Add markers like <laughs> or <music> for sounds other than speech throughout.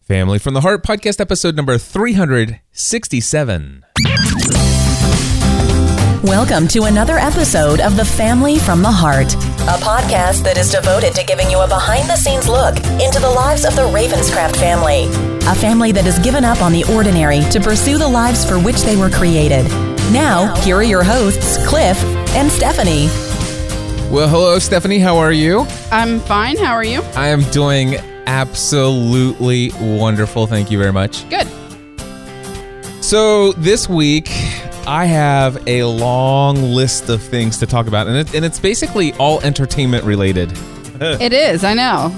Family from the Heart podcast episode number 367. Welcome to another episode of The Family from the Heart, a podcast that is devoted to giving you a behind the scenes look into the lives of the Ravenscraft family, a family that has given up on the ordinary to pursue the lives for which they were created. Now, here are your hosts, Cliff and Stephanie. Well, hello, Stephanie. How are you? I'm fine. How are you? I am doing absolutely wonderful. Thank you very much. Good. So, this week, I have a long list of things to talk about, and, it, and it's basically all entertainment related. It is. I know.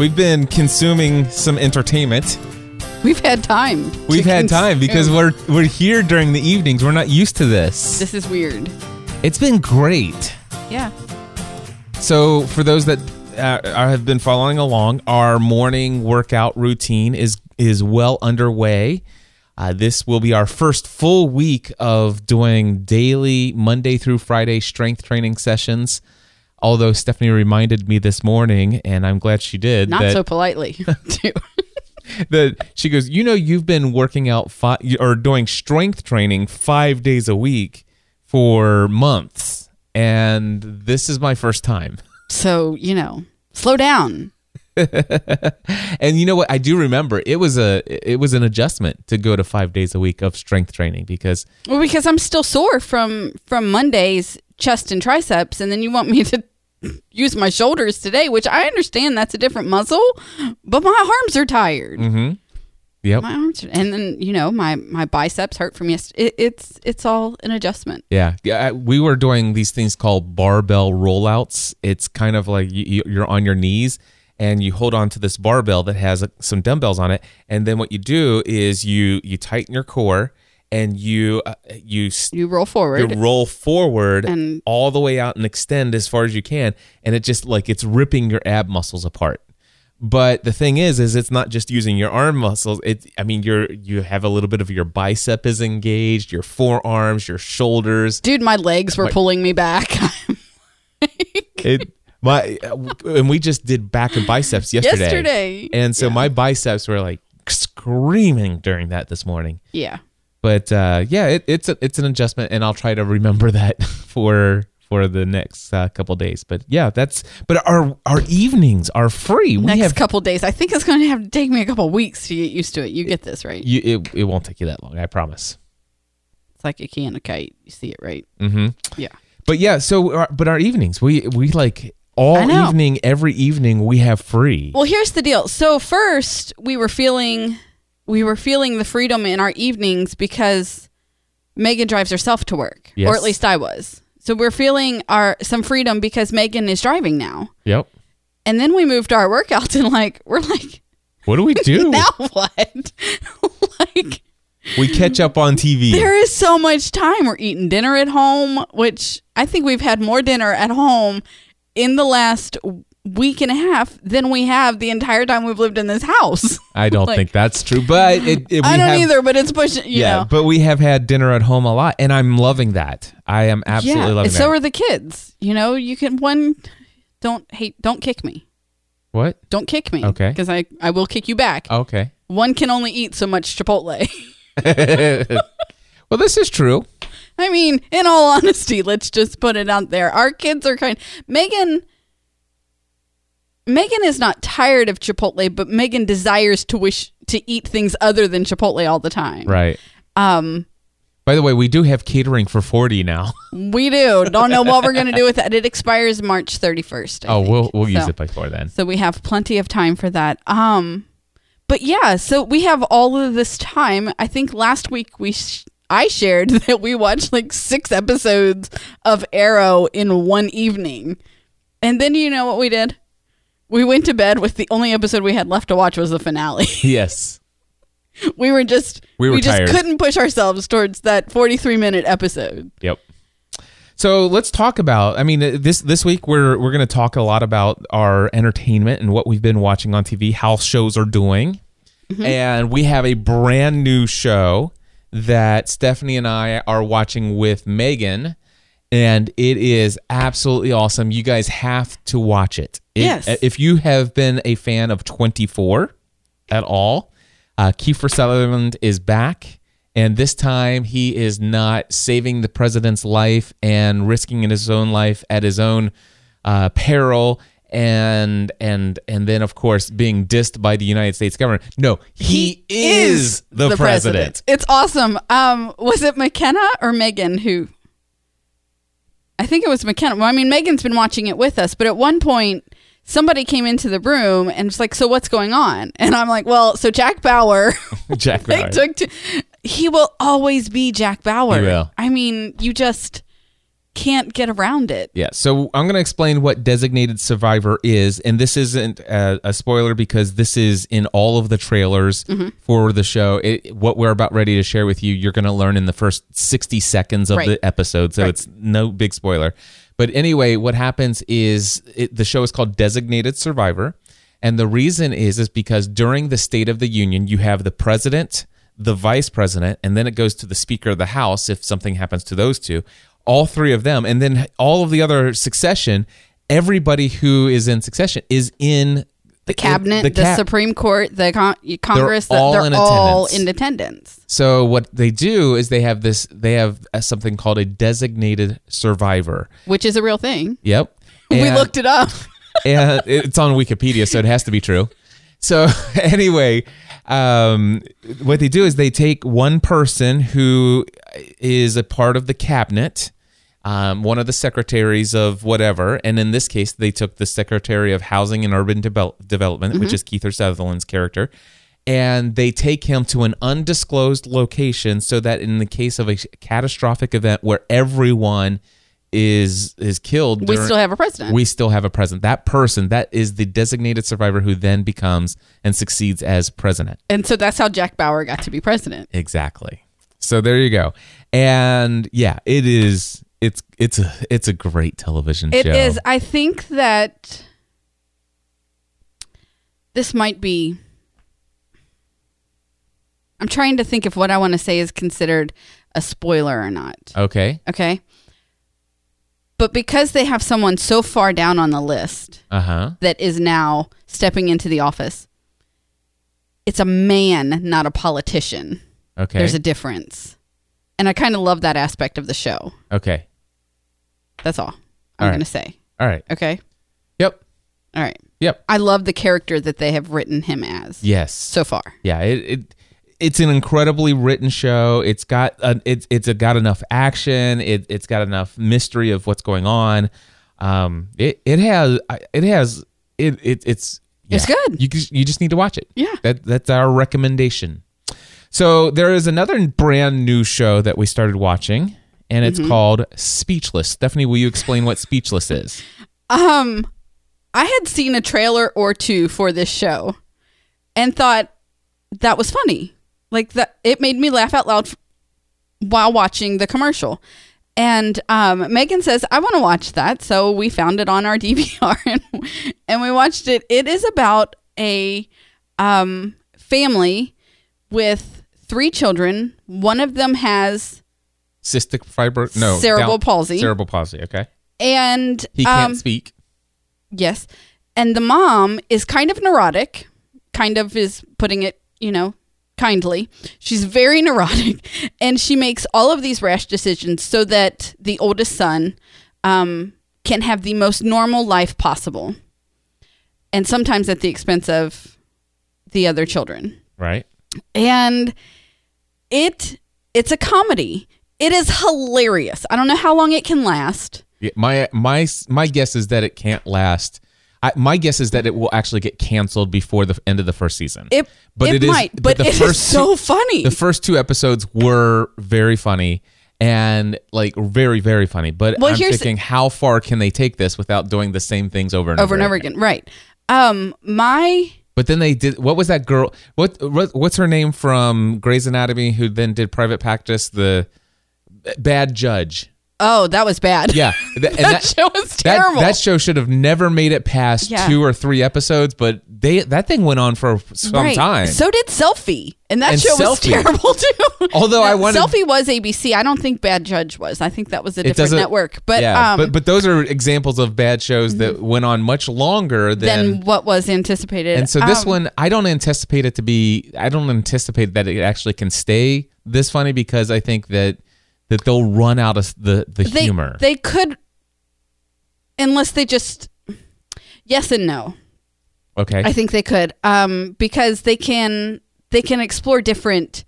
We've been consuming some entertainment. We've had time. to We've had time because consume. we're we're here during the evenings. We're not used to this. This is weird. It's been great. Yeah. So, for those that uh, are- have been following along, our morning workout routine is is well underway. Uh, this will be our first full week of doing daily Monday through Friday strength training sessions. Although Stephanie reminded me this morning, and I'm glad she did. Not that, so politely, <laughs> too. <laughs> that she goes, you know, you've been working out five or doing strength training five days a week for months, and this is my first time. so, you know, slow down. And you know what? I do remember it was a it was an adjustment to go to five days a week of strength training because Well, because I'm still sore from from Monday's chest and triceps, and then you want me to <laughs> use my shoulders today, which I understand that's a different muscle, but my arms are tired. Mm-hmm. yep My arms, are, and then you know my my biceps hurt from yesterday. It, it's it's all an adjustment. yeah yeah I- we were doing these things called barbell rollouts. It's kind of like you, you- you're on your knees and you hold on to this barbell that has uh, some dumbbells on it, and then what you do is you you tighten your core and you uh, you s- You roll you forward. roll forward And- all the way out and extend as far as you can and it just like it's ripping your ab muscles apart but the thing is is it's not just using your arm muscles it i mean you're you have a little bit of your bicep is engaged your forearms your shoulders Dude, my legs were pulling me back. <laughs> it <laughs> my and we just did back and biceps yesterday Yesterday. and so my biceps were like screaming during that this morning yeah. but uh, yeah, it, it's a, it's an adjustment, and I'll try to remember <laughs> that for for the next uh, couple days. But yeah, that's but our our evenings are free. We Next have couple days. I think it's going to have to take me a couple weeks to get used to it. You get this, right? you, it, it won't take you that long, I promise. It's like a can of kite. You see it, right? hmm Yeah. But yeah, so our, but our evenings, we we like all I know. evening, every evening we have free. Well, here's the deal. So first, we were feeling we were feeling the freedom in our evenings because Megan drives herself to work, Yes. or at least I was. So we're feeling our some freedom because Megan is driving now. yep. And then we moved our workouts <laughs> and like we're like What do we do? <laughs> now what? <laughs> like we catch up on <laughs> TV. There is so much time. We're eating dinner at home, which I think we've had more dinner at home in the last week and a half than we have the entire time we've lived in this house. I don't like- think that's true, but it, it we I don't have, either, but it's pushing, you Yeah, know. but we have had dinner at home a lot, and I'm loving that. I am absolutely yeah, loving and that. so are the kids. You know, you can one don't hate, don't kick me. what? Don't kick me. Okay. Oh. Because I, I will kick you back. Okay. One can only eat so much Chipotle. <laughs> Well, this is true. I mean, in all <laughs> honesty, let's just put it out there. Our kids are kind. Megan. Megan is not tired of Chipotle, but Megan desires to wish to eat things other than Chipotle all the time. Right. Um, By the way, we do have catering for 40 now. we do. Don't know what we're going to do with that. It expires March 31st. I Oh, think. we'll we'll use So- it before then. So we have plenty of time for that. Um, but yeah, so we have all of this time. I think last week we sh- I shared <laughs> that we watched like six episodes of Arrow in one evening, and then you know what we did? We went to bed with the only episode we had left to watch was the finale. <laughs> Yes. we were just We were just tired. couldn't push ourselves towards that forty three minute episode. Yep. So let's talk about. I mean, uh, this this week we're we're going to talk a lot about our entertainment and what we've been watching on TV, how shows are doing, Mm-hmm. and we have a brand new show that Stephanie and I are watching with Megan, and it is absolutely awesome. You guys have to watch it. It- Yes. If you have been a fan of Twenty Four, at all. Uh, Kiefer Sutherland is back, and this time he is not saving the president's life and risking his own life at his own uh, peril. And and and then of course being dissed by the United States government. No, he, is, the, president. It's awesome. Um, was it McKenna or Megan who? I think it was McKenna. Well, I mean, Megan's been watching it with us, but at one point, somebody came into the room and was like, "So what's going on?" And I'm like, "Well, so Jack Bauer, <laughs> Jack they Bauer. took to, he will always be Jack Bauer. He will. I mean, you just can't get around it. Yeah, so I'm going to explain what designated survivor is, and this isn't a, a spoiler because this is in all of the trailers Mm-hmm. for the show. It, what we're about ready to share with you, you're going to learn in the first 60 seconds of Right. the episode, so it's no big spoiler. But anyway, what happens is it, the show is called Designated Survivor, and the reason is is because during the State of the Union, you have the president, the vice president, and then it goes to the Speaker of the House if something happens to those two. All three of them, and then all of the other succession. Everybody who is in succession is in The cabinet, the, cap- Supreme Court, the con- Congress, the- all they're in all attendance. in attendance. So what they do is they have this. They have uh, something called a designated survivor. which is a real thing. Yep. <laughs> we And- looked it up. <laughs> and it's on Wikipedia, so it has to be true. So <laughs> anyway, um, what they do is they take one person who is a part of the cabinet, um, one of the secretaries of whatever, and in this case, they took the secretary of housing and urban Devel- development, which is Keith Sutherland's character, and they take him to an undisclosed location so that in the case of a catastrophic event where everyone is is killed, We during- still have a president. we still have a president. That person, that is the designated survivor who then becomes and succeeds as president. and so that's how Jack Bauer got to be president. Exactly. So there you go. And yeah, it is it's it's a it's a great television It show. is. I think that this might be. I'm trying to think if what I want to say is considered a spoiler or not. Okay. Okay. But because they have someone so far down on the list Uh-huh. that is now stepping into the office, it's a man, not a politician. Okay. There's a difference. And I kind of love that aspect of the show. okay. That's all All I'm right. going to say. All right. Okay. Yep. All right. Yep. I love the character that they have written him as Yes. so far. yeah, it, it it's an incredibly written show. It's got uh, it's it's got enough action. It it's got enough mystery of what's going on. Um, it it has I- it has it, it it's It's good. You just- you just need to watch it. Yeah. that that's our recommendation. So there is another brand new show that we started watching, and Mm-hmm. it's called Speechless. Stephanie, will you explain what Speechless is? Um, I had seen a trailer or two for this show and thought that was funny. Like that, it made me laugh out loud f- while watching the commercial. And um, Megan says, I want to watch that. So we found it on our <laughs> DVR and, and we watched it. It is about a um, family with three children. One of them has, Cystic fibro? No, Cerebral palsy. Cerebral palsy. Okay, and he can't um, speak. Yes. And the mom is kind of neurotic, kind of is putting it, you know, kindly. She's very <laughs> neurotic and she makes all of these rash decisions so that the oldest son um, can have the most normal life possible. And sometimes at the expense of the other children Right. and it it's a comedy. It is hilarious. I don't know how long it can last. Yeah, my my my guess is that it can't last. I, my guess is that it will actually get canceled before the end of the first season. It it, is- might, but, it is so two, funny. The first two episodes were very funny and like very very funny. But Well, I'm here's- thinking, how far can they take this without doing the same things over and over and over again. Right. Um, my But then they did. What was that girl? What, what what's her name from Grey's Anatomy? Who then did Private Practice? The bad judge. Oh, that was bad. Yeah, Th- and <laughs> that, show was terrible. That, that show should have never made it past Yeah. two or three episodes, but they that thing went on for some Right. time. So did Selfie, and that And show was Selfie. terrible too. Although I wanted- Selfie was ABC. I don't think Bad Judge was. I think that was a it different doesn't network. But yeah, um, Mm-hmm. but but those are examples of bad shows that went on much longer than. than what was anticipated. and so this Um, one, I don't anticipate it to be. I don't anticipate that it actually can stay this funny because I think that that they'll run out of the the they, humor. They could, unless they just yes and no. okay, I think they could, um, because they can they can explore different.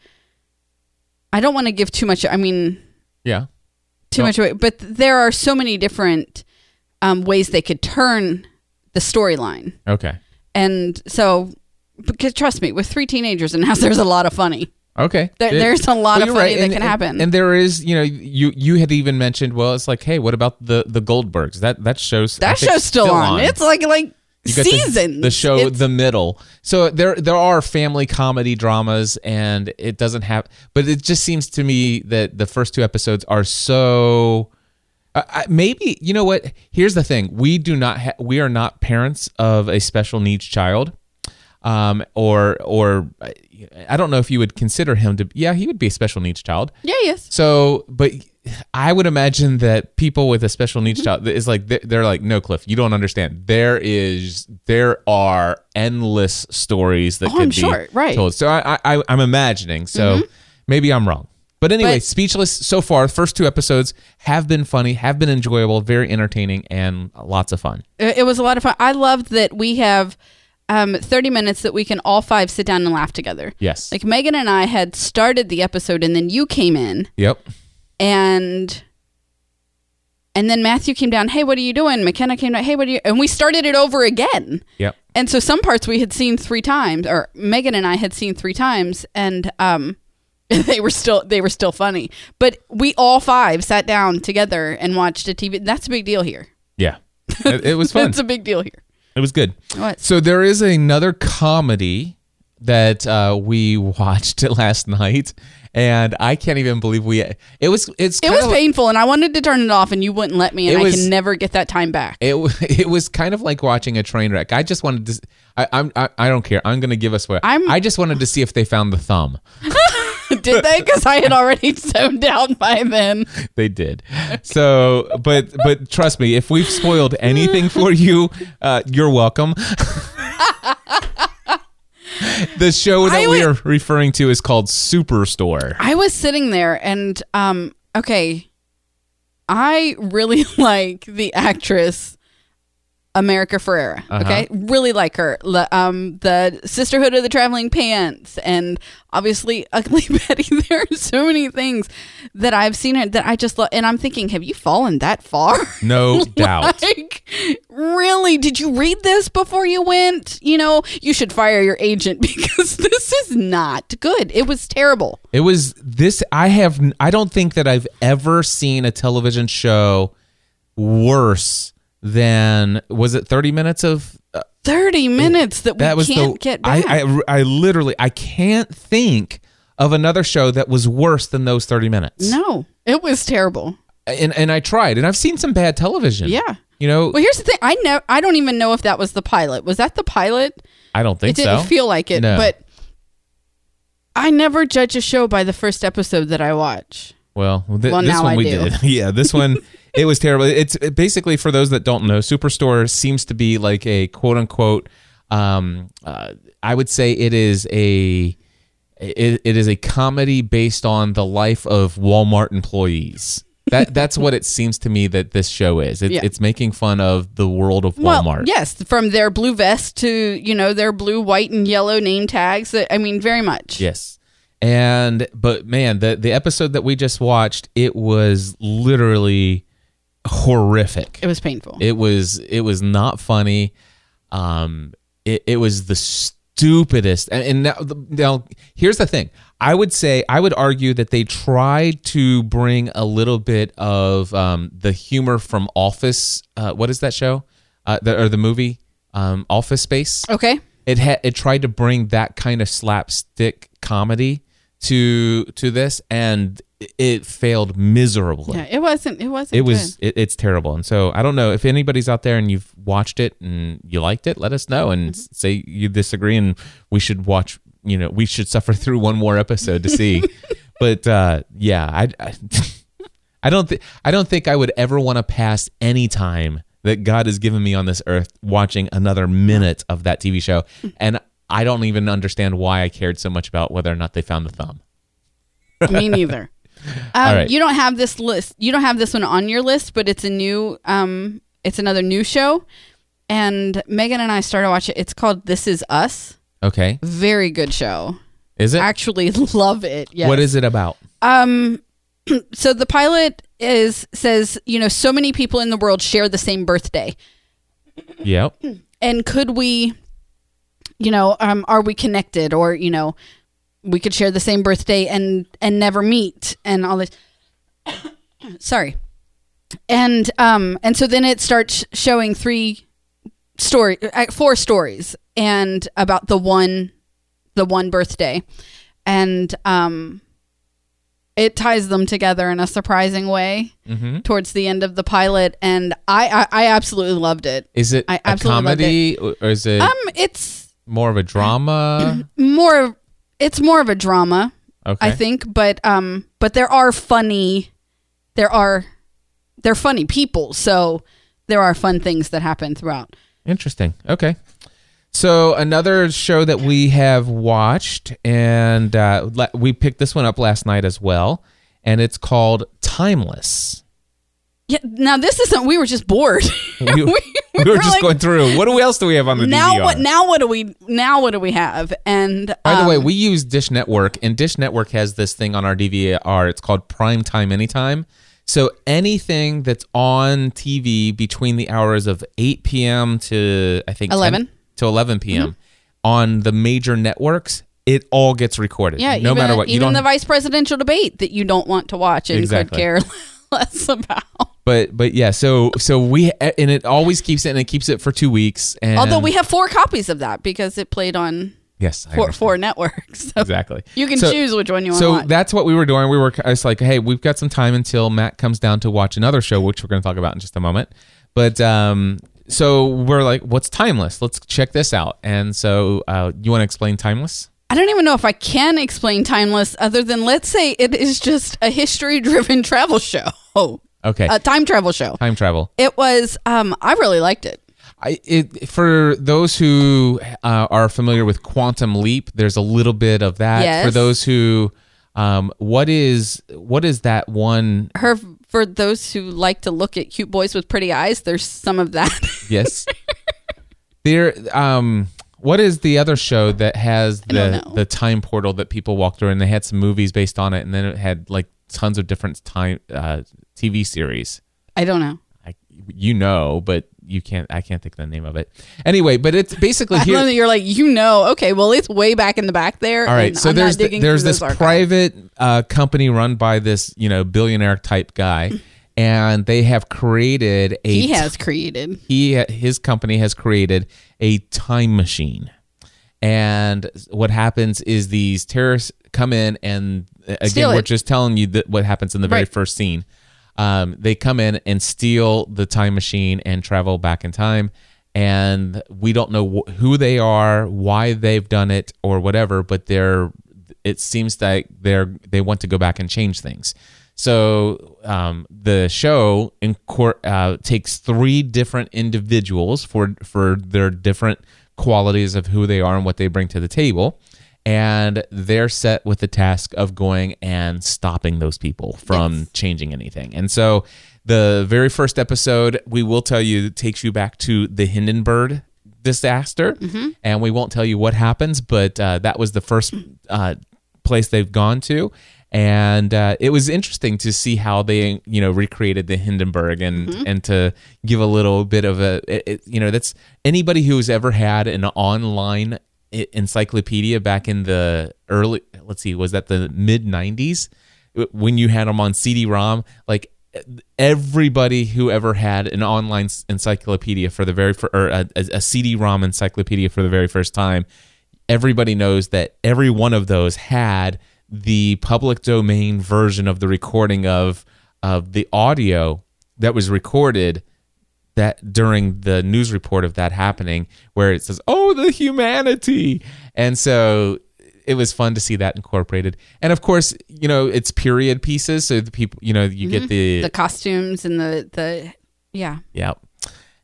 I don't want to give too much. I mean, yeah, too No. much away, but there are so many different um, ways they could turn the storyline, okay, and so because trust me, with three teenagers in the house, <laughs> there's a lot of funny. okay. There, It- there's a lot Well, of you're funny right. that And- can and- happen. And there is, you know, you you had even mentioned, well, it's like, hey, what about the the Goldbergs? That that shows I that think, show's still, on. It's like like You got the- seasons. The, show It's- The Middle. So there there are family comedy dramas and it doesn't have but it just seems to me that the first two episodes are so I I- maybe you know what here's the thing we do not ha- we are not parents of a special needs child um or or i don't know if you would consider him to yeah he would be a special needs child yeah, yes. so, but I would imagine that people with a special needs Mm-hmm. child is like they're- they're like, no, Cliff, you don't understand. There is there are endless stories that Oh, could I'm be sure, right. Mm-hmm. told. So I, I I'm imagining. So maybe I'm wrong. But anyway, But- speechless so far. First two episodes have been funny, have been enjoyable, very entertaining, and lots of fun. It it was a lot of fun. I love that we have um, 30 minutes that we can all five sit down and laugh together. Yes. Like Megan and I had started the episode, and then you came in, yep. and and then Matthew came down. Hey, what are you doing? McKenna came down. Hey, what are you? And we started it over again. Yep. And so some parts we had seen three times, or Megan and I had seen three times, and um, <laughs> they were still they were still funny. But we all five sat down together and watched a TV. That's a big deal here. <laughs> Yeah. it, it was fun. That's a big deal here. it was good. What? So there is another comedy that uh, we <laughs> watched last night, and I can't even believe we. It was. It's. It kind was of, painful, and I wanted to turn it off, and you wouldn't let me, and It I was- can never get that time back. It, wa- <laughs> it was kind of like watching a train wreck. I just wanted to. I, I'm. I, I don't care. I'm going to give us what. I'm- I just wanted to see if they found the thumb. <laughs> <laughs> Did they? Because I had already <laughs> zoned out by then. They did. So, but but trust me, if we've spoiled anything <laughs> for you, uh, you're welcome. <laughs> the show that I we wa- are referring to is called Superstore. I was sitting there, and um, okay, I really <laughs> like the actress America Ferrera. Okay, really like her. Le- um, the Sisterhood of the Traveling Pants, and obviously <laughs> Ugly Betty. There are so many things that I've seen her that I just love, and I'm thinking, have you fallen that far? <laughs> No doubt. Like, really? Did you read this before you went? You know, you should fire your agent <laughs> because this is not good. It was terrible. It was this. I have. I don't think that I've ever seen a television show worse than was it thirty minutes of uh, 30 minutes that we that was can't the. get I, back. I I literally I can't think of another show that was worse than those thirty minutes. no, it was terrible. And and I tried, and I've seen some bad television. Yeah. You know, Well, here's the thing. I know I don't even know if that was the pilot. Was that the pilot? I don't It think didn't so. feel like it, No. but I never judge a show by the first episode that I watch. Well, th- Well, this now one I we do. did. <laughs> Yeah, this <laughs> one it was terrible. It's it basically for those that don't know, Superstore seems to be like a quote unquote. Um, uh, I would say it is a it, it is a comedy based on the life of Walmart employees. <laughs> That that's what it seems to me that this show is. It, Yeah. It's making fun of the world of Walmart. Well, yes, from their blue vest to, you know, their blue, white, and yellow name tags. I mean, very much. Yes. And but man, the the episode that we just watched, it was literally horrific. It was painful. It was it was not funny. Um, it, it was the stupidest. And, and now, now here's the thing. I would say I would argue that they tried to bring a little bit of um, the humor from Office. Uh, what is that show? Uh, the, or the movie um, Office Space? okay. it had it tried to bring that kind of slapstick comedy to to this and it failed miserably. Yeah, it wasn't. It wasn't. It was it, it's terrible, and so I don't know if anybody's out there and you've watched it and you liked it. Let us know and s- say you disagree, and we should watch. You know, we should <laughs> suffer through one more episode to see. but uh, yeah, I, I, <laughs> I don't think I don't think I would ever want to pass any time that God has given me on this earth watching another minute of that TV show, and I don't even understand why I cared so much about whether or not they found the thumb. good. Me neither. <laughs> All Um, right. You don't have this list. You don't have this one on your list, but it's a new. Um, it's another new show, and Megan and I started watching. it. It's called This Is Us. Okay, Very good show. is it? Actually, <laughs> love it. Yes. What is it about? so the pilot is says you know so many people in the world share the same birthday Yep. and could we you know um are we connected or you know we could share the same birthday and and never meet and all this <coughs> sorry and um and so then it starts showing three story uh, four stories and about the one the one birthday and um it ties them together in a surprising way towards the end of the pilot and I, I i absolutely loved it Is it I a absolutely comedy loved or or is it um, it's more of a <clears throat> drama? more it's more of a drama, Okay. I think, but um, but there are funny, there are they're funny people, so there are fun things that happen throughout. Interesting. Okay. So another show that we have watched, and uh, la- we picked this one up last night as well, and it's called <laughs> Timeless. Yeah, now this isn't. We were just bored. We, we were just like, going through. What do- else do we have on the Now DVR? what? Now what do we? Now what do we have? And By the um, way, we use Dish Network, and Dish Network has this thing on our DVR. It's called Prime Time Anytime. So anything that's on TV between the hours of 8 p.m. to I think 10 11. to 11 Mm-hmm. p.m. on the major networks, it all gets recorded. yeah, no even, matter what. even the vice presidential debate that you don't want to watch and Exactly. could care <laughs> less about. but but yeah. So so we and it always keeps it and it keeps it for two weeks. And Although we have four copies of that because it played on yes I four, understand. four networks. <laughs> So exactly. You can So- choose which one you want. So to watch. that's what we were doing. We were it's like, hey, we've got some time until Matt comes down to watch another show, which we're going to talk about in just a moment. But um, so we're like, what's timeless? Let's check this out. And so uh, you want to explain timeless? I don't even know if I can explain timeless other than let's say it is just a history driven travel show. Oh, Okay, a time travel show. time travel. It was um I really liked it. I, it, for those who uh, are familiar with Quantum Leap, there's a little bit of that. Yes. For those who, um, what is what is that one? Her for those who like to look at cute boys with pretty eyes, there's some of that. <laughs> Yes. there um what is the other show that has don't the know. the time portal that people walk through and they had some movies based on it and then it had like tons of different time uh TV series. I don't know. I, you know, but you can't I can't think of the name of it. Anyway, but it's <laughs> basically I here love that you're like, you know, okay, well it's way back in the back there. all right, and so I'm not there's th- digging there's through this those archives. private uh, company run by this you know billionaire type <laughs> guy, and they have created a he has created. he his company has created a time machine and what happens is these terrorists come in and uh, again Steal we're it. just telling you that what happens in the very Right. first scene um, they come in and steal the time machine and travel back in time and we don't know wh- who they are why they've done it or whatever but they're it seems like they're they want to go back and change things so um, the show in court uh, takes three different individuals for for their different qualities of who they are and what they bring to the table, and they're set with the task of going and stopping those people from changing anything. And so, the very first episode we will tell you takes you back to the Hindenburg disaster, and we won't tell you what happens, but uh, that was the first uh, place they've gone to and uh, it was interesting to see how they you know recreated the hindenburg and and to give a little bit of a it, it- you know that's anybody who's ever had an online e- encyclopedia back in the early let's see was that the mid 90s when you had them on cd-rom like everybody who ever had an online s- encyclopedia for the very fir- or a, a a cd-rom encyclopedia for the very first time everybody knows that every one of those had the public domain version of the recording of of the audio that was recorded that during the news report of that happening where it says oh the humanity and so it was fun to see that incorporated and of course you know it's period pieces so the people you know you get the, Mm-hmm. the costumes and the the yeah yeah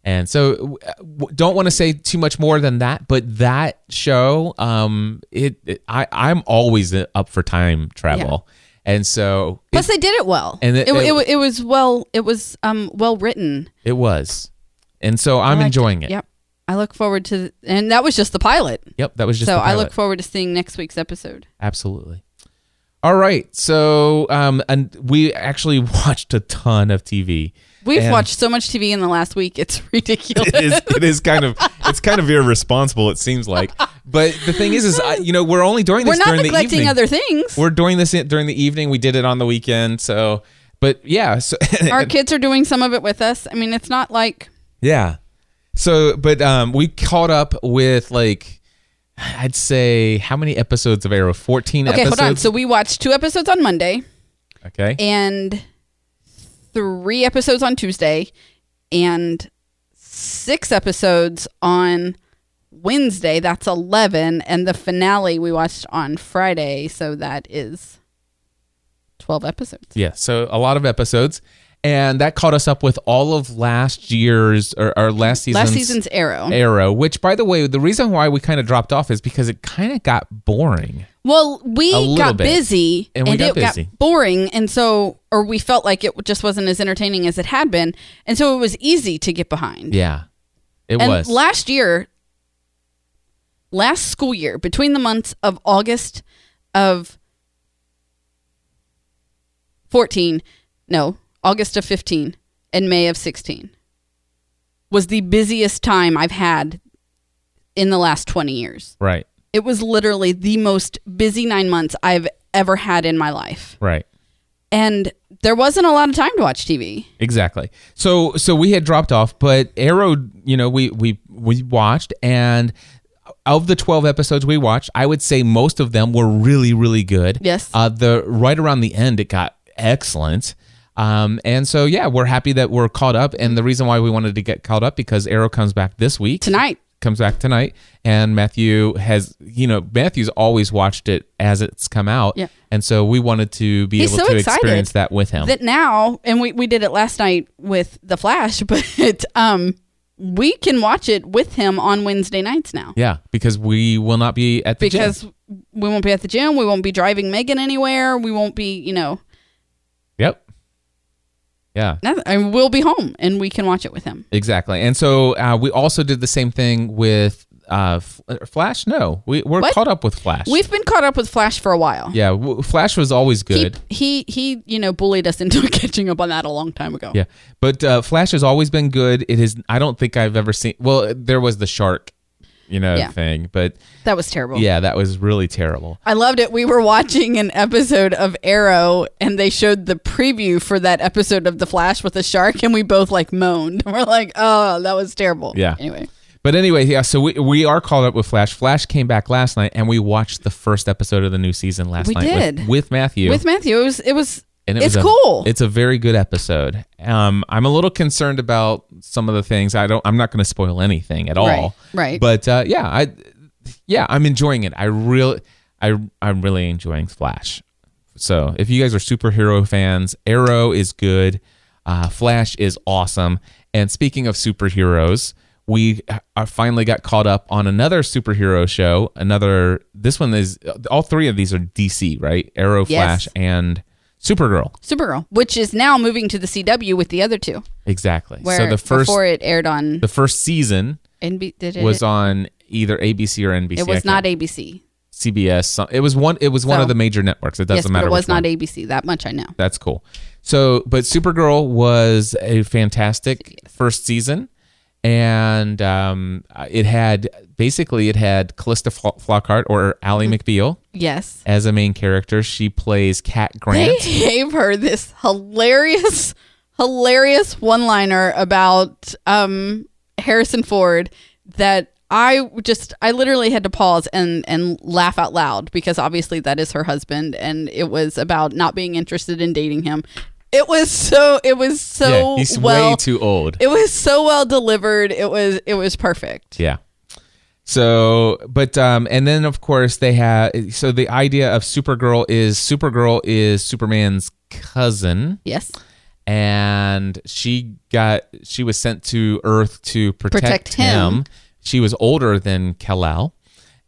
and so w- w- don't want to say too much more than that but that show um it, it- i i'm always uh, up for time travel and so plus it, they did it well And it, it- it, it- it was well it was um well written it was and so i'm liked enjoying it. yep i look forward to and that was just the pilot Yep, that was just so the i pilot. look forward to seeing next week's episode Absolutely. All right. So, um, and we actually <laughs> watched a ton of TV. we've And watched so much tv in the last week it's <laughs> ridiculous <laughs> It is, it is kind of it's kind of irresponsible. It seems like, but the thing is, is I, you know we're only doing we're this not during the neglecting evening. other things we're doing this in- during the evening. We did it on the weekend. So, but yeah, so <laughs> our kids are doing some of it with us i mean it's not like yeah. So, but um, we caught up with like I'd say how many episodes of Arrow? Fourteen. okay episodes? hold on so we watched two episodes on monday okay. and three episodes on Tuesday and six episodes on Wednesday. That's 11. And the finale we watched on Friday. So that is 12 episodes. Yeah, so a lot of episodes, and that caught us up with all of last year's or, or last season's Last season's Arrow. Arrow. Which, by the way, the reason why we kind of dropped off is because it kind of got boring. Well, we A little got bit. busy And we got it busy. got boring. And so, or we felt like it just wasn't as entertaining as it had been. And so it was easy to get behind. Yeah, it and was. last year, last school year, between the months of August of 14, no, August of 15 and May of 16 was the busiest time I've had in the last 20 years. right, It was literally the most busy nine months I've ever had in my life. right, And there wasn't a lot of time to watch TV. exactly. So, so we had dropped off, but Arrow, you know, we we we watched, and of the twelve episodes we watched, I would say most of them were really, really good. Yes. Uh, the right around the end, it got excellent. Um, and so yeah, we're happy that we're caught up. And the reason why we wanted to get caught up because Arrow comes back this week Tonight. Comes back tonight, and Matthew has you know Matthew's always watched it as it's come out. Yeah. And so we wanted to be He's able so to excited experience that with him. that now and we, we did it last night with the flash <laughs> but um we can watch it with him on wednesday nights now yeah, because we will not be at the gym. because we won't be at the gym we won't be driving megan anywhere we won't be you know Yep. Yeah. nothing, and we'll be home and we can watch it with him Exactly. And so uh, we also did the same thing with uh, F- Flash. No, we, we're What? caught up with Flash. we've been caught up with flash for a while yeah, w- Flash was always He- good. He, he you know bullied us <laughs> into catching up on that a long time ago yeah, but uh, Flash has always been good. It is. I don't think I've ever seen. Well, there was the shark, you know, Yeah. thing. But that was terrible yeah, that was really terrible. I loved it. We were watching an episode of Arrow and they showed the preview for that episode of The Flash with the shark and we both like moaned. <laughs> We're like, "Oh, that was terrible." Yeah. Anyway. But anyway, yeah. So we, we are caught up with Flash. Flash came back last night, and we watched the first episode of the new season last We night with- did. With, Matthew. With Matthew, it was it was and it it's was a- cool. It's a very good episode. Um, I'm a little concerned about some of the things. I don't. I'm not going to spoil anything at all. Right, right. But uh, yeah, I, yeah, I'm enjoying it. I really, I, I'm really enjoying Flash. So if you guys are superhero fans, Arrow is good. Uh, Flash is awesome. And speaking of superheroes, we are finally got caught up on another superhero show. Another. This one is all three of these are DC, right? Arrow, Yes. Flash, and Supergirl. Supergirl, which is now moving to the CW with the other two. Exactly. Where so the first before it aired on the first season NB did it, was on either ABC or NBC. it I was can't- not ABC. CBS. some- It was one. It was one So- of the major networks. It doesn't yes, matter. but it was which one. not ABC. That much I know. That's cool. So, but Supergirl was a fantastic first season, and um, it had basically it had Callista Flo- Flockhart or Ally Mm-hmm. McBeal Yes. as a main character. She plays Cat Grant. They <laughs> gave her this hilarious, hilarious one liner about um, Harrison Ford that I just I literally had to pause and and laugh out loud because obviously that is her husband and it was about not being interested in dating him. It was so it was so yeah, he's well way too old. it was so well delivered. It was it was perfect. Yeah. So, but um, and then of course they have. So the idea of Supergirl is Supergirl is Superman's cousin, Yes. and she got she was sent to Earth to protect, Protect him. him. She was older than Kal El,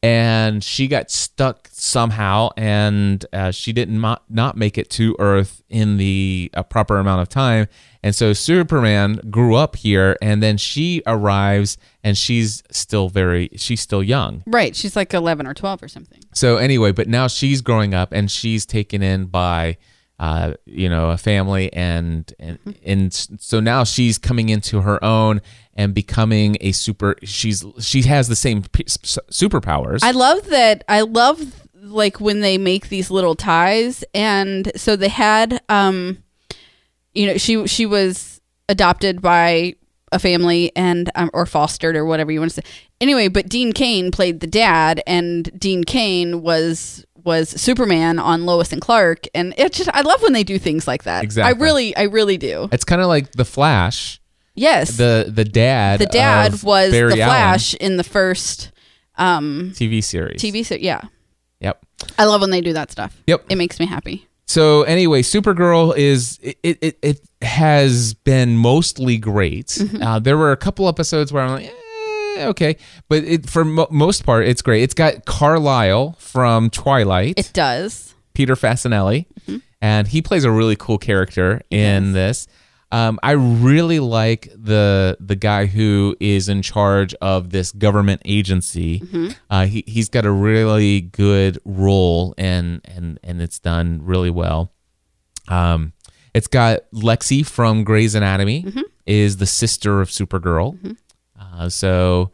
and she got stuck somehow, and uh, she didn't mo- not make it to Earth in the uh, proper amount of time, and so Superman grew up here, and then she arrives, and she's still very she's still young, Right. She's like 11 or 12 or something. so anyway, but now she's growing up and she's taken in by, uh, you know, a family and and Mm-hmm. and so now she's coming into her own and becoming a super. She's she has the same p- s- superpowers. I love that. I love like when they make these little ties, and so they had, um, you know, she she was adopted by a family and um, or fostered or whatever you want to say. Anyway, but Dean Kane played the dad, and Dean Kane was was Superman on Lois and Clark, and it just I love when they do things like that. Exactly. I really, I really do. it's kind of like the Flash. Yes, the, The the dad. dad of was Barry the Allen Flash in the first um TV series. TV series. Yeah, Yep. I love when they do that stuff. Yep. It makes me happy. So anyway, Supergirl is it it, it has been mostly great. Uh, there were a couple episodes where I'm like, eh, okay, but it, for mo- most part, it's great. It's got Carlisle from Twilight, It does. Peter Fasinelli, and he plays a really cool character in this. Um, I really like the the guy who is in charge of this government agency. Uh, he he's got a really good role, and and and it's done really well. Um, it's got Lexi from Grey's Anatomy is the sister of Supergirl. Uh, so,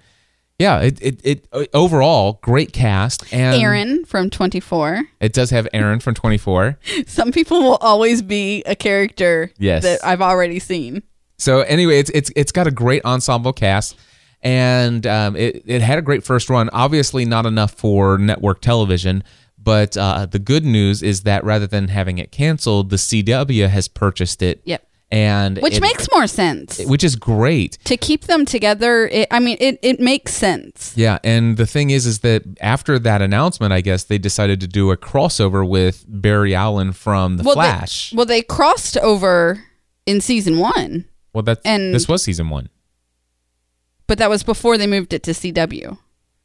yeah, it, it it overall great cast and Aaron from 24. It does have Aaron from Twenty Four. Some people will always be a character Yes. that I've already seen. So anyway, it's it's it's got a great ensemble cast, and um, it it had a great first run. Obviously, not enough for network television, but uh, the good news is that rather than having it canceled, the CW has purchased it. Yep. And Which it- makes more sense. which is great. to keep them together, it, I mean, it, it makes sense. Yeah, and the thing is, is that after that announcement, I guess they decided to do a crossover with Barry Allen from The they- Flash. well, they crossed over in season one, well, that's and- this was season one. but that was before they moved it to CW.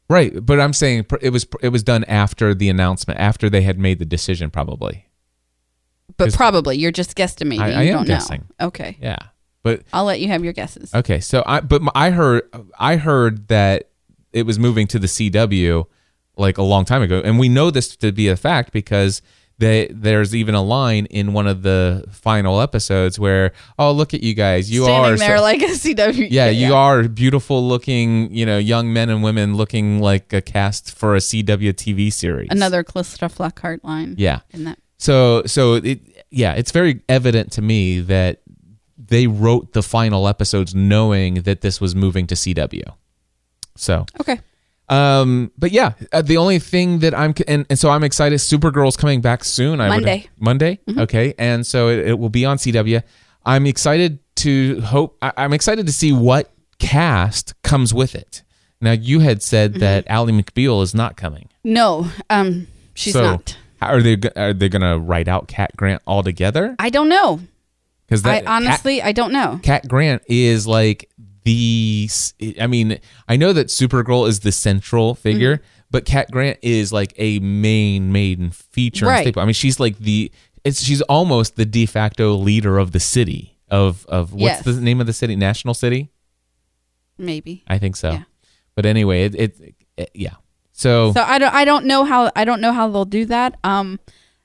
Right, but I'm saying pr- it was pr- it was done after the announcement, after they had made the decision, probably. But Is- probably you're just guesstimating. I- I you am don't guessing. Uh, know. Okay. Yeah, but I'll let you have your guesses. okay. So I but m- I heard I heard that it was moving to the CW like a long time ago, and we know this to be a fact because they, there's even a line in one of the final episodes where, oh look at you guys, you Standing are so- there like a CW. yeah, you are beautiful looking, you know, young men and women looking like a cast for a CW TV series. Another Calista Flockhart line. yeah. In that. So so it yeah, it's very evident to me that they wrote the final episodes knowing that this was moving to CW. So, Okay. um, but yeah, uh, the only thing that I'm and, and so I'm excited. Supergirl's coming back soon. I would- Monday. Mm-hmm. Monday, okay, and so it, it will be on CW. I'm excited to hope. I, I'm excited to see what cast comes with it. Now, you had said Mm-hmm. that Ally McBeal is not coming. No, um, she's so not. How are they? go- Are they going to write out Cat Grant altogether? I don't know. Because I honestly, I don't know. Cat Grant is like the. s- I mean, I know that Supergirl is the central figure, Mm-hmm. but Cat Grant is like a main maiden feature. and Right. staple. I mean, she's like the. It's she's almost the de facto leader of the city of of what's Yes. the name of the city? National City, Maybe. I think so. Yeah. But anyway, it, it, it yeah. So, So I don't. I don't know how. I don't know how they'll do that. Um,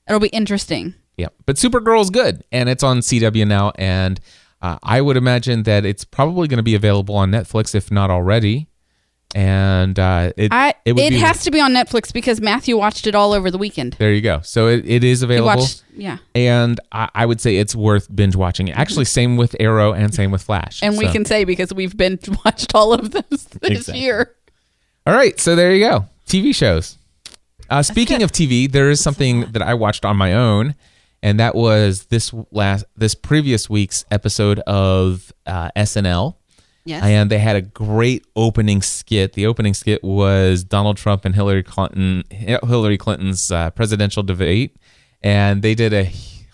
it'll be interesting. yeah, but Supergirl's good, and it's on CW now, and uh, I would imagine that it's probably going to be available on Netflix if not already. And uh, it I. It, would be- has to be on Netflix because Matthew watched it all over the weekend. There you go. So it, it is He available. watched. Yeah. And I, I would say it's worth binge watching. Actually, same with Arrow and same with Flash. And we So- <laughs> can say because we've been watched all of those this Exactly. year. All right, so there you go. TV shows. Uh, speaking of TV, there is something that I watched on my own, and that was this last this previous week's episode of uh, SNL. Yes. And they had a great opening skit. The opening skit was Donald Trump and Hillary Clinton, Hillary Clinton's uh, presidential debate, and they did a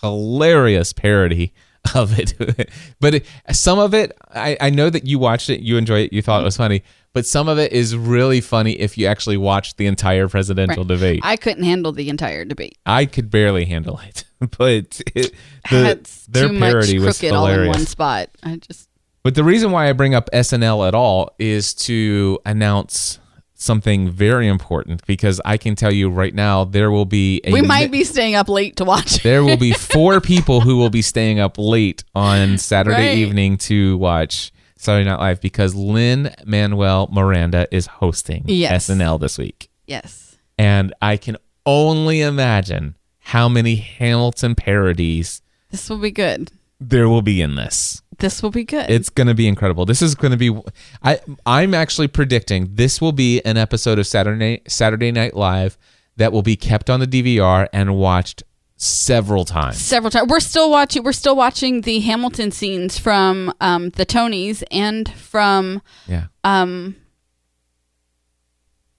hilarious parody of it. <laughs> but it, some of it, I, I know that you watched it, you enjoyed it, you thought it was funny, but some of it is really funny if you actually watched the entire presidential debate. I, I couldn't handle the entire debate. could barely handle it, <laughs> but it, the, That's their too much parody crooked was all in hilarious. one spot. I just But the reason why I bring up SNL at all is to announce something very important because I can tell you right now there will be a we might be staying up late to watch <laughs> it. there will <laughs> be four people who will be staying up late on Saturday Right. evening to watch Saturday Night Live because Lynn Manuel Miranda is hosting Yes. SNL this week. Yes. And I can only imagine how many Hamilton parodies This will be good. there will be in this. This will be good. It's going to be incredible. This is going to be I I'm actually predicting this will be an episode of Saturday Saturday Night Live that will be kept on the DVR and watched several times. several times. We're still watching. We're still watching the Hamilton scenes from um, the Tonys and from Yeah. um,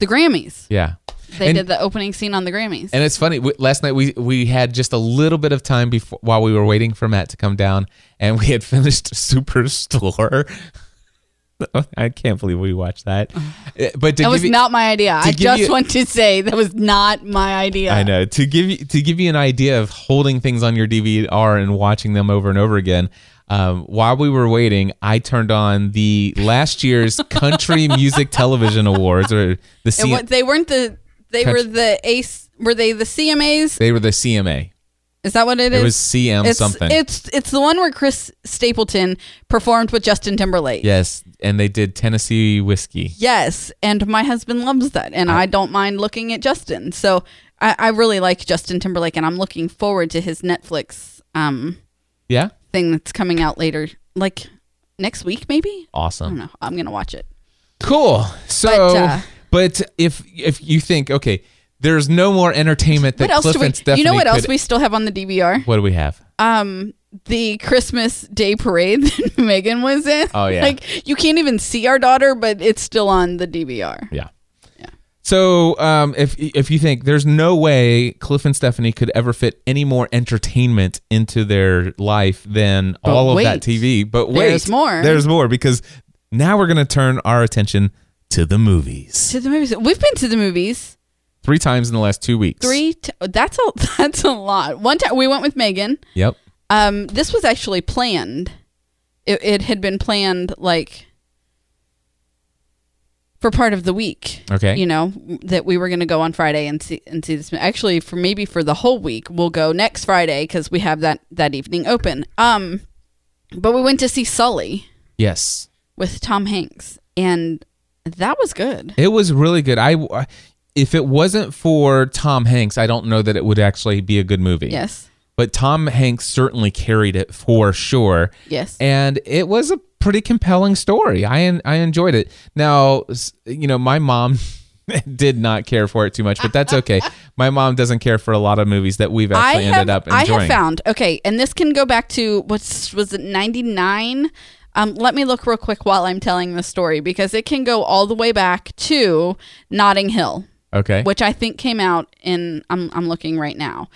the Grammys. Yeah. They and, did the opening scene on the Grammys. and it's funny. W last night we we had just a little bit of time before while we were waiting for Matt to come down, and we had <laughs> finished Superstore. <laughs> I can't believe we watched that. Eh, But to Uh-huh. that give was you- not my idea. I give just you- want to say that was not my idea. I know to give you to give you an idea of holding things on your DVR and watching them over and over again. Um, while we were waiting, I turned on the last year's <laughs> Country Music Television Awards, or the And C- what, they weren't the. They Touch- were the ace. Were they the CMAs? they were the CMA. Is that what it is? It was CM it's, something. It's it's the one where Chris Stapleton performed with Justin Timberlake. yes, and they did Tennessee whiskey. Yes, and my husband loves that, and I, don't mind looking at Justin. So I, I really like Justin Timberlake, and I'm looking forward to his Netflix um, Yeah, thing that's coming out later, like next week, maybe. I don't awesome, know. I'm gonna watch it. cool. So, But, uh, but if if you think okay, there's no more entertainment that what else Cliff do we? and Stephanie you know what else could- we still have on the DVR? What do we have? Um, the Christmas Day parade <laughs> that Megan was in. Oh, yeah. Like you can't even see our daughter, but it's still on the DVR. Yeah. So um, if if you think there's no way Cliff and Stephanie could ever fit any more entertainment into their life than But all wait. of that TV, but wait, There's more. There's more because now we're gonna turn our attention to the movies To the movies. We've been to the movies. three times in the last two weeks. Three. T- that's a <laughs> that's a lot. One time we went with Megan. Yep. Um, this was actually planned. It, it had been planned like for part of the week. Okay. You know that we were going to go on Friday and see and see this. Actually, for maybe for the whole week, we'll go next Friday because we have that that evening open. Um, but we went to see Sully Yes. with Tom Hanks, and that was good. It was really good. I if it wasn't for Tom Hanks, I don't know that it would actually be a good movie. Yes. But Tom Hanks certainly carried it for sure. Yes. and it was a pretty compelling story. I I enjoyed it. Now, s- you know, my mom <laughs> did not care for it too much, but that's <laughs> okay. my mom doesn't care for a lot of movies that we've actually ended up enjoying. I have found okay, and this can go back to what's was it ninety nine. Um, let me look real quick while I'm telling the story because it can go all the way back to Notting Hill, okay. which I think came out in I'm I'm looking right now.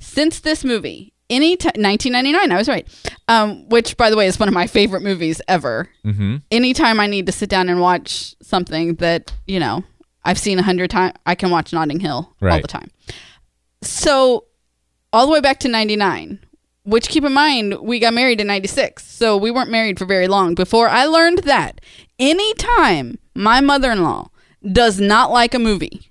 Since this movie, any t- 1999, I was right. Um, which by the way is one of my favorite movies ever. Mm-hmm. Anytime I need to sit down and watch something that you know I've seen a hundred times, I can watch Notting Hill all Right. the time. So all the way back to 99 which keep in mind we got married in 96 so we weren't married for very long before i learned that anytime my mother-in-law does not like a movie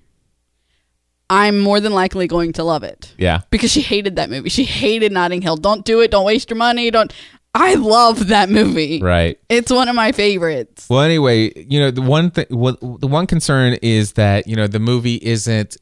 i'm more than likely going to love it yeah. because she hated that movie she hated notting hill don't do it don't waste your money don't i love that movie Right. it's one of my favorites Well, anyway, you know the one thing, the one concern is that you know the movie isn't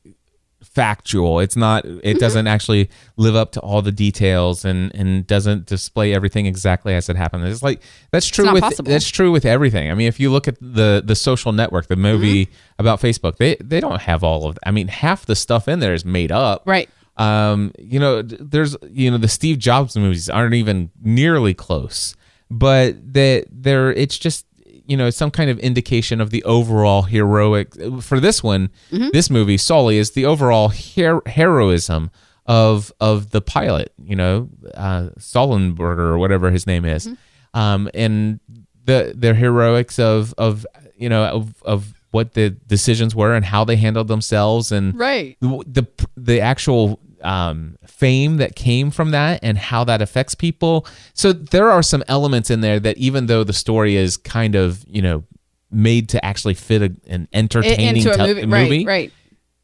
factual. It's not. It Mm-hmm. doesn't actually live up to all the details and and doesn't display everything exactly as it happened. It's like that's true not with possible. that's true with everything. I mean, if you look at the the social network, the movie Mm-hmm. about Facebook, they they don't have all of. I mean, half the stuff in there is made up. Right. Um. You know, d- there's you know the Steve Jobs movies aren't even nearly close, but that they're it's just you know some kind of indication of the overall heroic for this one this movie solely is the overall her- heroism of of the pilot you know uh Sullenberger or whatever his name is um and the their heroics of of you know of of what the decisions were and how they handled themselves and Right. the the, the actual um, fame that came from that and how that affects people. So there are some elements in there that even though the story is kind of you know made to actually fit a, an entertaining into a te- movie. Right. Right.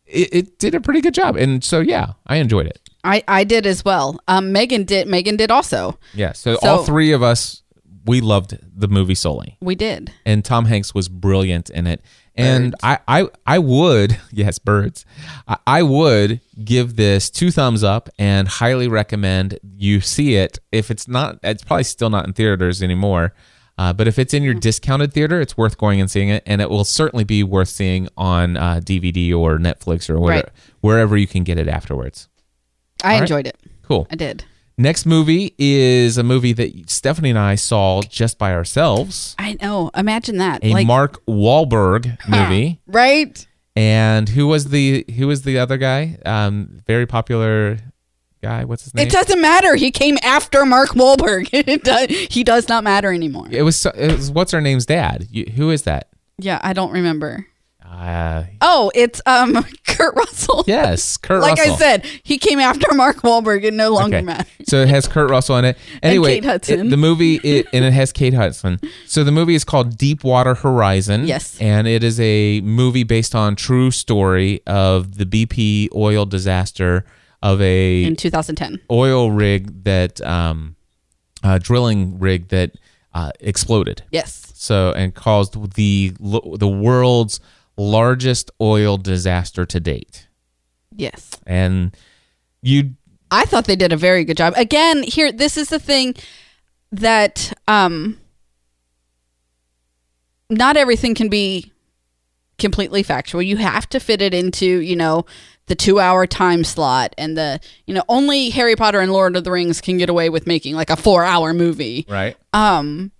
It, it did a pretty good job, and so yeah, I enjoyed it. I, I did as well. Um, Megan did. Megan did also. Yeah, so, So- all three of us we loved the movie solely, We did. and Tom Hanks was brilliant in it. And I, I I would <laughs> yes birds, I, I would give this two thumbs up and highly recommend you see it. If it's not, it's probably still not in theaters anymore. Uh, but if it's Mm. in your discounted theater, it's worth going and seeing it, and it will certainly be worth seeing on uh, DVD or Netflix or whatever, Right. wherever you can get it afterwards. I All right. enjoyed it. Cool. I did. Next movie is a movie that Stephanie and I saw just by ourselves, I know. Imagine that. a like Mark <laughs> Wahlberg movie. right. And who was the who was the other guy? Um, very popular guy. What's his name? It doesn't matter. He came after Mark Wahlberg. <laughs> it does, he does not matter anymore. It was, it was what's her name's dad. You, who is that? Yeah, I don't remember. Uh, Oh, it's um <laughs> Kurt Russell. yes, Kurt like Russell. I said, he came after Mark Wahlberg. It no longer Okay. matters. So it has Kurt Russell <laughs> in it. Anyway, Kate Hudson. it- the movie it, and it has Kate Hudson. So the movie is called Deepwater Horizon. Yes. and it is a movie based on true story of the BP oil disaster of a In 2010. oil rig that um, uh, drilling rig that uh, exploded. Yes. So and caused the lo- the world's largest oil disaster to date. Yes. And you I thought they did a very good job. Again, here this is the thing that um not everything can be completely factual. You have to fit it into, you know, the 2-hour time slot and the, you know, only Harry Potter and Lord of the Rings can get away with making like a 4-hour movie. right. um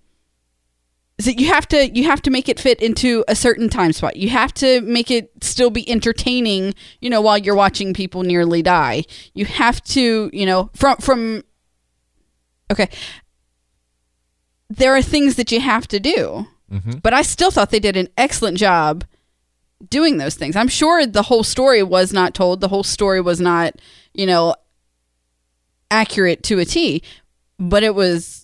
so you have to you have to make it fit into a certain time spot you have to make it still be entertaining you know while you're watching people nearly die you have to you know from from okay there are things that you have to do but i still thought they did an excellent job doing those things i'm sure the whole story was not told the whole story was not you know accurate to a t but it was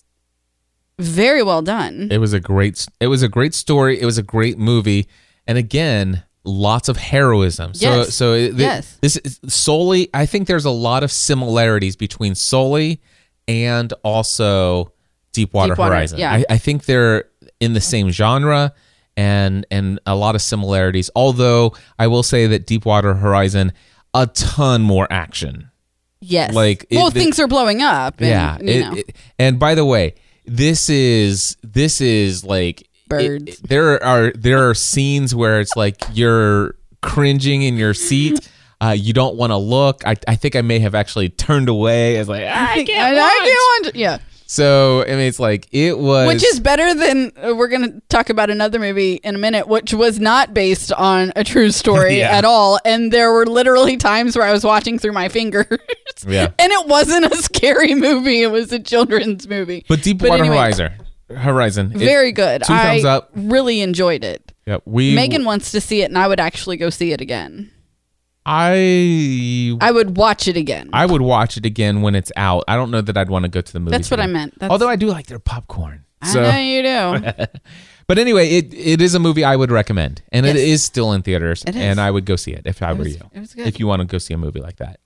very well done. It was a great it was a great story. It was a great movie. And again, lots of heroism. So Yes. so it- th- Yes. this is Soli, I think there's a lot of similarities between Soli and also Deepwater, Deepwater, Horizon. yeah. I, I think they're in the same genre and and a lot of similarities. Although I will say that Deepwater Horizon a ton more action. Yes. like, it- well, it- things are blowing up. And, Yeah. You it- know, it- and by the way, this is this is like it- Birds. it- there are there are scenes where it's like you're cringing in your <laughs> seat. Uh, you don't want to look. I, I think I may have actually turned away. As like, "Ah." I can't. I, can't watch. Yeah. so I mean, it's like it was. Which is better than uh, we're going to talk about another movie in a minute, which was not based on a true story <laughs> Yeah. at all. And there were literally times where I was watching through my fingers. <laughs> Yeah. And it wasn't a scary movie. It was a children's movie. but Deepwater anyway, Horizon, Horizon, it- Very good. Two I thumbs up. really enjoyed it. Yeah, we Megan wants to see it, and I would actually go see it again. I I would watch it again. I would watch it again when it's out. I don't know that I'd want to go to the movie. That's what I meant. That's, Although I do like their popcorn. So. I know you do. <laughs> But anyway, it, it is a movie I would recommend, and it Yes. is still in theaters, It is. and I would go see it if I were was- you. it was good. If you want to go see a movie like that.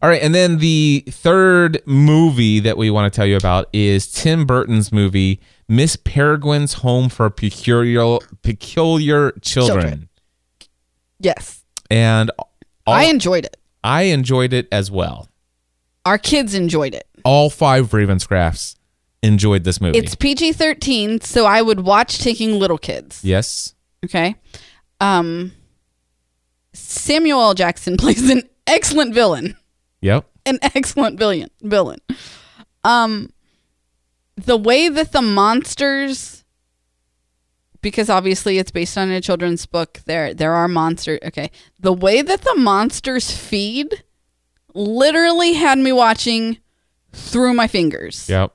All right, and then the third movie that we want to tell you about is Tim Burton's movie Miss Peregrine's Home for Peculiar Peculiar Children, Yes. and all, I enjoyed it. I enjoyed it as well. Our kids enjoyed it. All five Ravenscrafts enjoyed this movie. It's PG 13, so I would watch Taking Little Kids. yes. Okay. Um, Samuel L. Jackson <laughs> plays an excellent villain. Yep. An excellent villain. Villain. Um, the way that the monsters, because obviously it's based on a children's book, there there are monsters. Okay, the way that the monsters feed, literally had me watching through my fingers. Yep.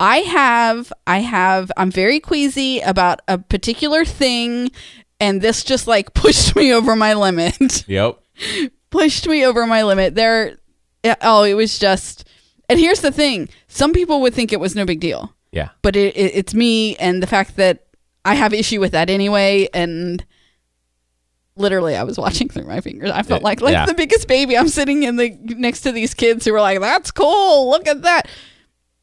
I have, I have, I'm very queasy about a particular thing, and this just like <laughs> pushed me over my limit. <laughs> Yep. pushed me over my limit. There, yeah, oh, it was just. And here's the thing: some people would think it was no big deal, Yeah. but it, it it's me, and the fact that I have issue with that anyway, and. Literally, I was watching through my fingers. I felt Yeah, like like yeah. the biggest baby. I'm sitting in the next to these kids who were like, "That's cool. Look at that."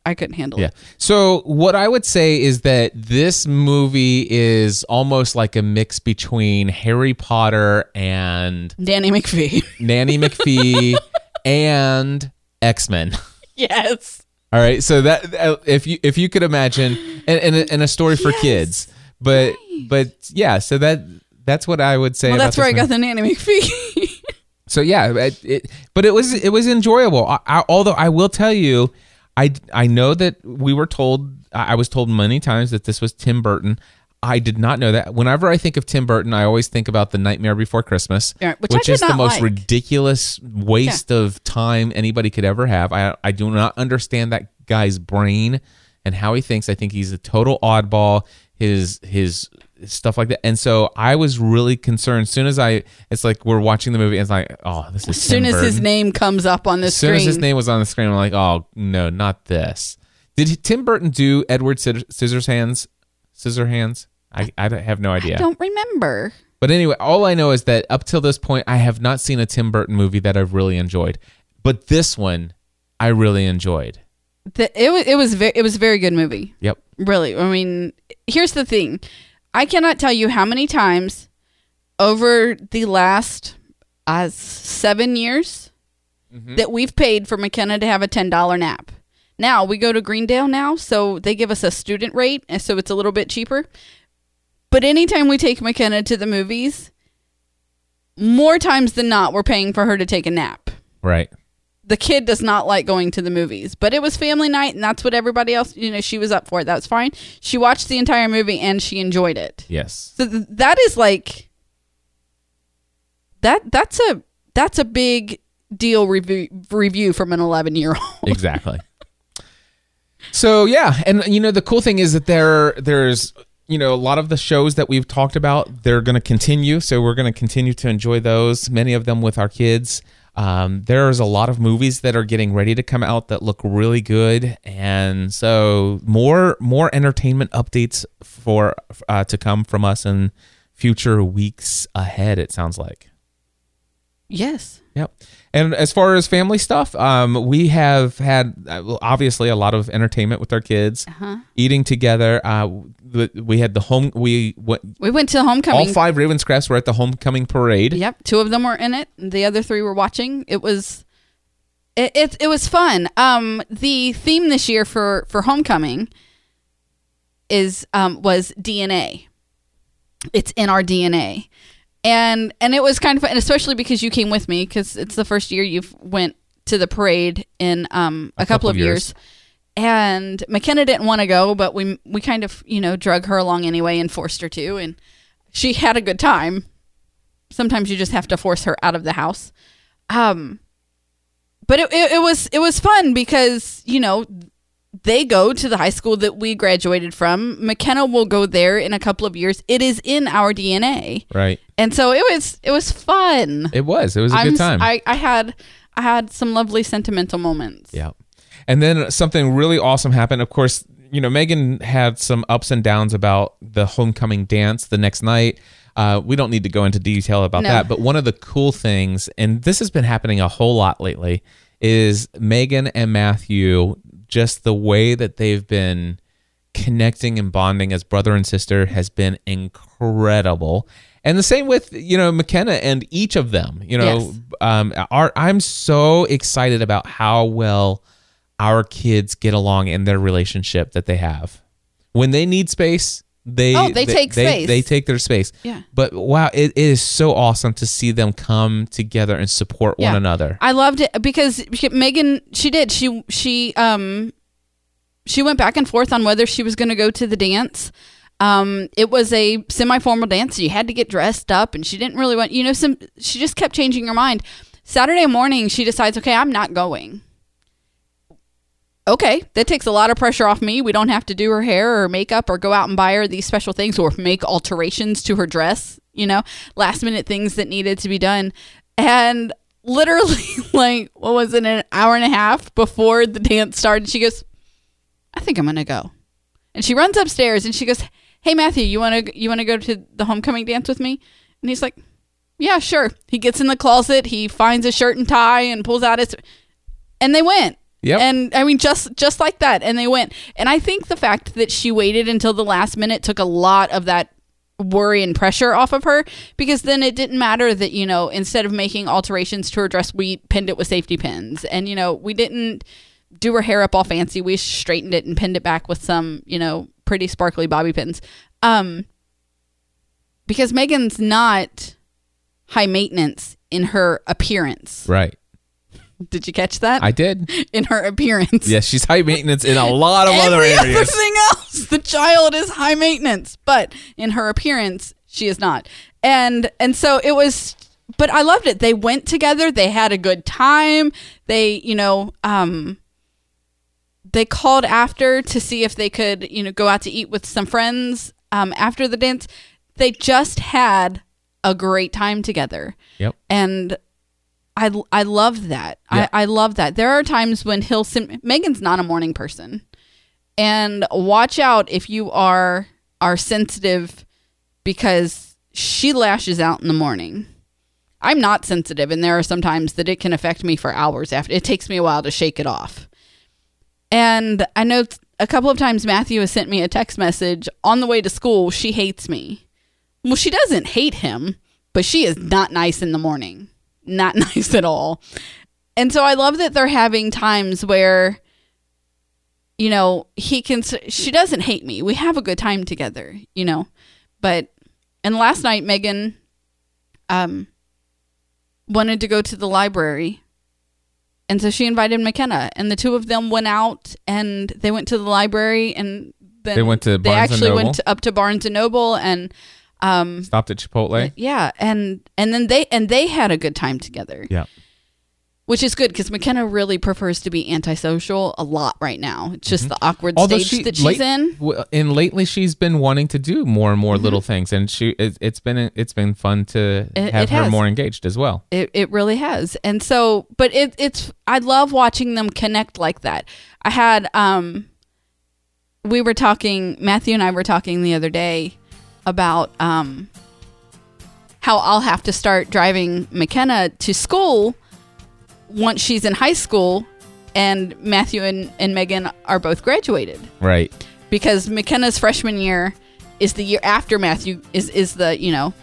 I couldn't handle it. Yeah. So what I would say is that this movie is almost like a mix between Harry Potter and Danny McPhee. <laughs> Nanny McPhee and X-Men. <laughs> yes. All right. So that uh, if you if you could imagine and and, a- and a story for kids. But but yeah, so that that's what I would say Well, about that's where I this movie. got the Nanny McPhee. <laughs> So yeah, it, it, but it was it was enjoyable. I, I, although I will tell you, I I know that we were told I I was told many times that this was Tim Burton. I did not know that. Whenever I think of Tim Burton, I always think about The Nightmare Before Christmas, Yeah, which I did is the not most like. ridiculous waste of time anybody could ever have. I I do not understand that guy's brain and how he thinks. I think he's a total oddball. His his stuff like that. And so I was really concerned. As soon as I, it's like we're watching the movie. And it's like, oh, this is as soon Tim as his Burton. name comes up on the As soon screen, as his name was on the screen, I'm like, oh no, not this. Did Tim Burton do Edward Scis- Scissorhands? Scissorhands? I, I don't- have no idea. I don't remember. But anyway, all I know is that up till this point, I have not seen a Tim Burton movie that I've really enjoyed. But this one, I really enjoyed. The, it was it was very it was a very good movie. Yep. Really, I mean, here's the thing: I cannot tell you how many times over the last uh, seven years that we've paid for McKenna to have a ten dollar nap. Now we go to Greendale now, so they give us a student rate, and so it's a little bit cheaper. But anytime we take McKenna to the movies, more times than not, we're paying for her to take a nap Right. the kid does not like going to the movies, but it was family night, and that's what everybody else, you know, she was up for it. That's fine. She watched the entire movie and she enjoyed it. Yes. So th- that is like that. That's a that's a big deal review review from an eleven year <laughs> <laughs> old. Exactly. so yeah, and you know the cool thing is that there there's you know a lot of the shows that we've talked about they're going to continue. So we're going to continue to enjoy those. Many of them with our kids. Um, there's a lot of movies that are getting ready to come out that look really good, and so more more entertainment updates for uh, to come from us in future weeks ahead. It sounds like. Yes. Yep. And as far as family stuff, um, we have had uh, well, obviously a lot of entertainment with our kids, Uh-huh. eating together. Uh, the- we had the home. We went, We went to all homecoming. five Ravenscrafts were at the homecoming parade. Yep, two of them were in it. and The other three were watching. It was it, it it was fun. Um the theme this year for for homecoming is um was DNA. It's in our DNA. And and it was kind of fun, and especially because you came with me cuz it's the first year you've went to the parade in um a, couple, of years. And McKenna didn't want to go, but we we kind of, you know, drug her along anyway and forced her to and she had a good time sometimes you just have to force her out of the house. Um, but it, it, it was it was fun because you know they go to the high school that we graduated from. McKenna will go there in a couple of years. It is in our DNA, Right. and so it was it was fun. It was. It was a I'm good s- time. I, I had I had some lovely sentimental moments. Yeah. And then something really awesome happened. Of course, you know, Megan had some ups and downs about the homecoming dance the next night. Uh, we don't need to go into detail about No. that, but one of the cool things, and this has been happening a whole lot lately, is Megan and Matthew, just the way that they've been connecting and bonding as brother and sister has been incredible. And the same with you know McKenna and each of them. You know, Yes. um, our, I'm so excited about how well our kids get along in their relationship that they have. When they need space, they Oh, they take space. They take their space. Yeah. But wow, it, it is so awesome to see them come together and support one Yeah. another. I loved it because she, Megan, she did. She she um she went back and forth on whether she was going to go to the dance. Um, it was a semi-formal dance. You had to get dressed up, and she didn't really want. You know, some she just kept changing her mind. Saturday morning, she decides, okay, I'm not going. Okay, that takes a lot of pressure off me. We don't have to do her hair or makeup or go out and buy her these special things or make alterations to her dress, you know, last minute things that needed to be done. And literally, <laughs> like, what was it, an hour and a half before the dance started, she goes, I think I'm gonna go. And she runs upstairs and she goes, Hey Matthew, you wanna you wanna go to the homecoming dance with me? And he's like, Yeah, sure. He gets in the closet, he finds a shirt and tie and pulls out his and they went. Yep. And I mean just just like that. And they went. And I think the fact that she waited until the last minute took a lot of that worry and pressure off of her because then it didn't matter that, you know, instead of making alterations to her dress, we pinned it with safety pins. And, you know, we didn't do her hair up all fancy. We straightened it and pinned it back with some, you know, pretty sparkly bobby pins. Um because Megan's not high maintenance in her appearance. Right. Did you catch that? I did. <laughs> in her appearance. Yes, she's high maintenance in a lot of other Every other <laughs> areas. thing else, the child is high maintenance, but in her appearance, she is not. And and so it was. But I loved it. They went together. They had a good time. They, you know, um, they called after to see if they could, you know, go out to eat with some friends um, after the dance. They just had a great time together Yep. and I I love that. Yeah. I, I love that. There are times when he'll sim- Megan's not a morning person, and watch out if you are are sensitive because she lashes out in the morning. I'm not sensitive, and there are some times that it can affect me for hours after. It takes me a while to shake it off. And I know t- a couple of times Matthew has sent me a text message on the way to school. She hates me. Well, she doesn't hate him, but she is not nice in the morning. Not <laughs> nice at all. And so I love that they're having times where, you know, he can, s- she doesn't hate me. We have a good time together, you know. But, and last night, Megan um, wanted to go to the library. And so she invited McKenna, and the two of them went out and they went to the library and then They went to they Barnes and actually Noble. went to, up to Barnes and Noble and um Stopped at Chipotle. yeah and and then they and they had a good time together Yeah. which is good because McKenna really prefers to be antisocial a lot right now it's just the awkward stage that Mm-hmm. she's late- in Mm-hmm. w- and lately she's been wanting to do more and more little things, and she it, it's been it's been fun to It- have it her has. more engaged as well. It, it really has. And so, but it, it's, I love watching them connect like that. I had, um, we were talking, Matthew and I were talking the other day about, um, how I'll have to start driving McKenna to school once she's in high school and Matthew and, and Megan are both graduated Right. because McKenna's freshman year is the year after Matthew is is the you know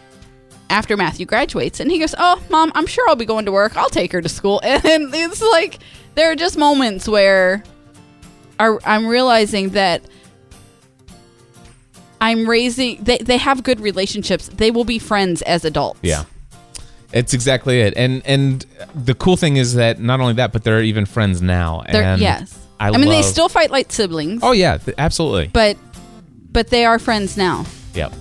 after Matthew graduates, and he goes, "Oh, mom, I'm sure I'll be going to work. I'll take her to school." <laughs> And it's like there are just moments where are, I'm realizing that I'm raising. They they have good relationships. They will be friends as adults. Yeah. It's exactly it, and and the cool thing is that not only that, but they're even friends now. They're, and yes. I, I, mean, they love- still fight like siblings. Oh yeah, th- absolutely. But but they are friends now. Yep.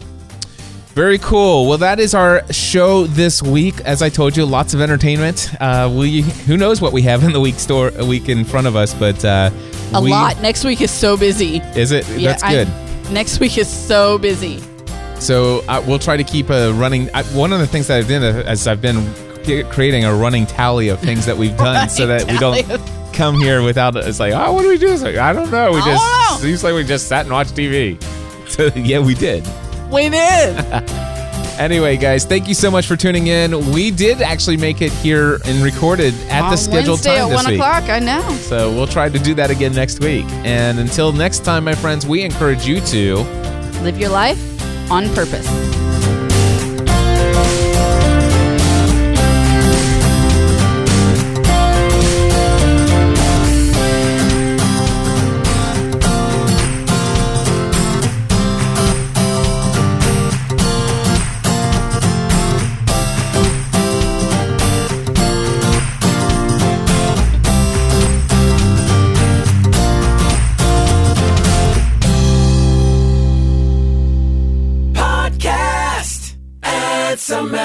Very cool. Well, that is our show this week. As I told you, lots of entertainment. Uh, we who knows what we have in the week store week in front of us, but uh, A we- lot. Next week is so busy. Is it? That's I- good. next week is so busy. So uh, we'll try to keep a running. I, one of the things that I've done is I've been cre- creating a running tally of things that we've done, so that we Running don't come here without. It's like, oh, what do we do? It's like, I don't know. We Oh, I just don't know." seems like we just sat and watched TV. So <laughs> yeah, we did. We did. Anyway, guys, thank you so much for tuning in. We did actually make it here and recorded at the On scheduled Wednesday time at this one week. o'clock. I know. So we'll try to do that again next week. And until next time, my friends, we encourage you to. Live your life on purpose. a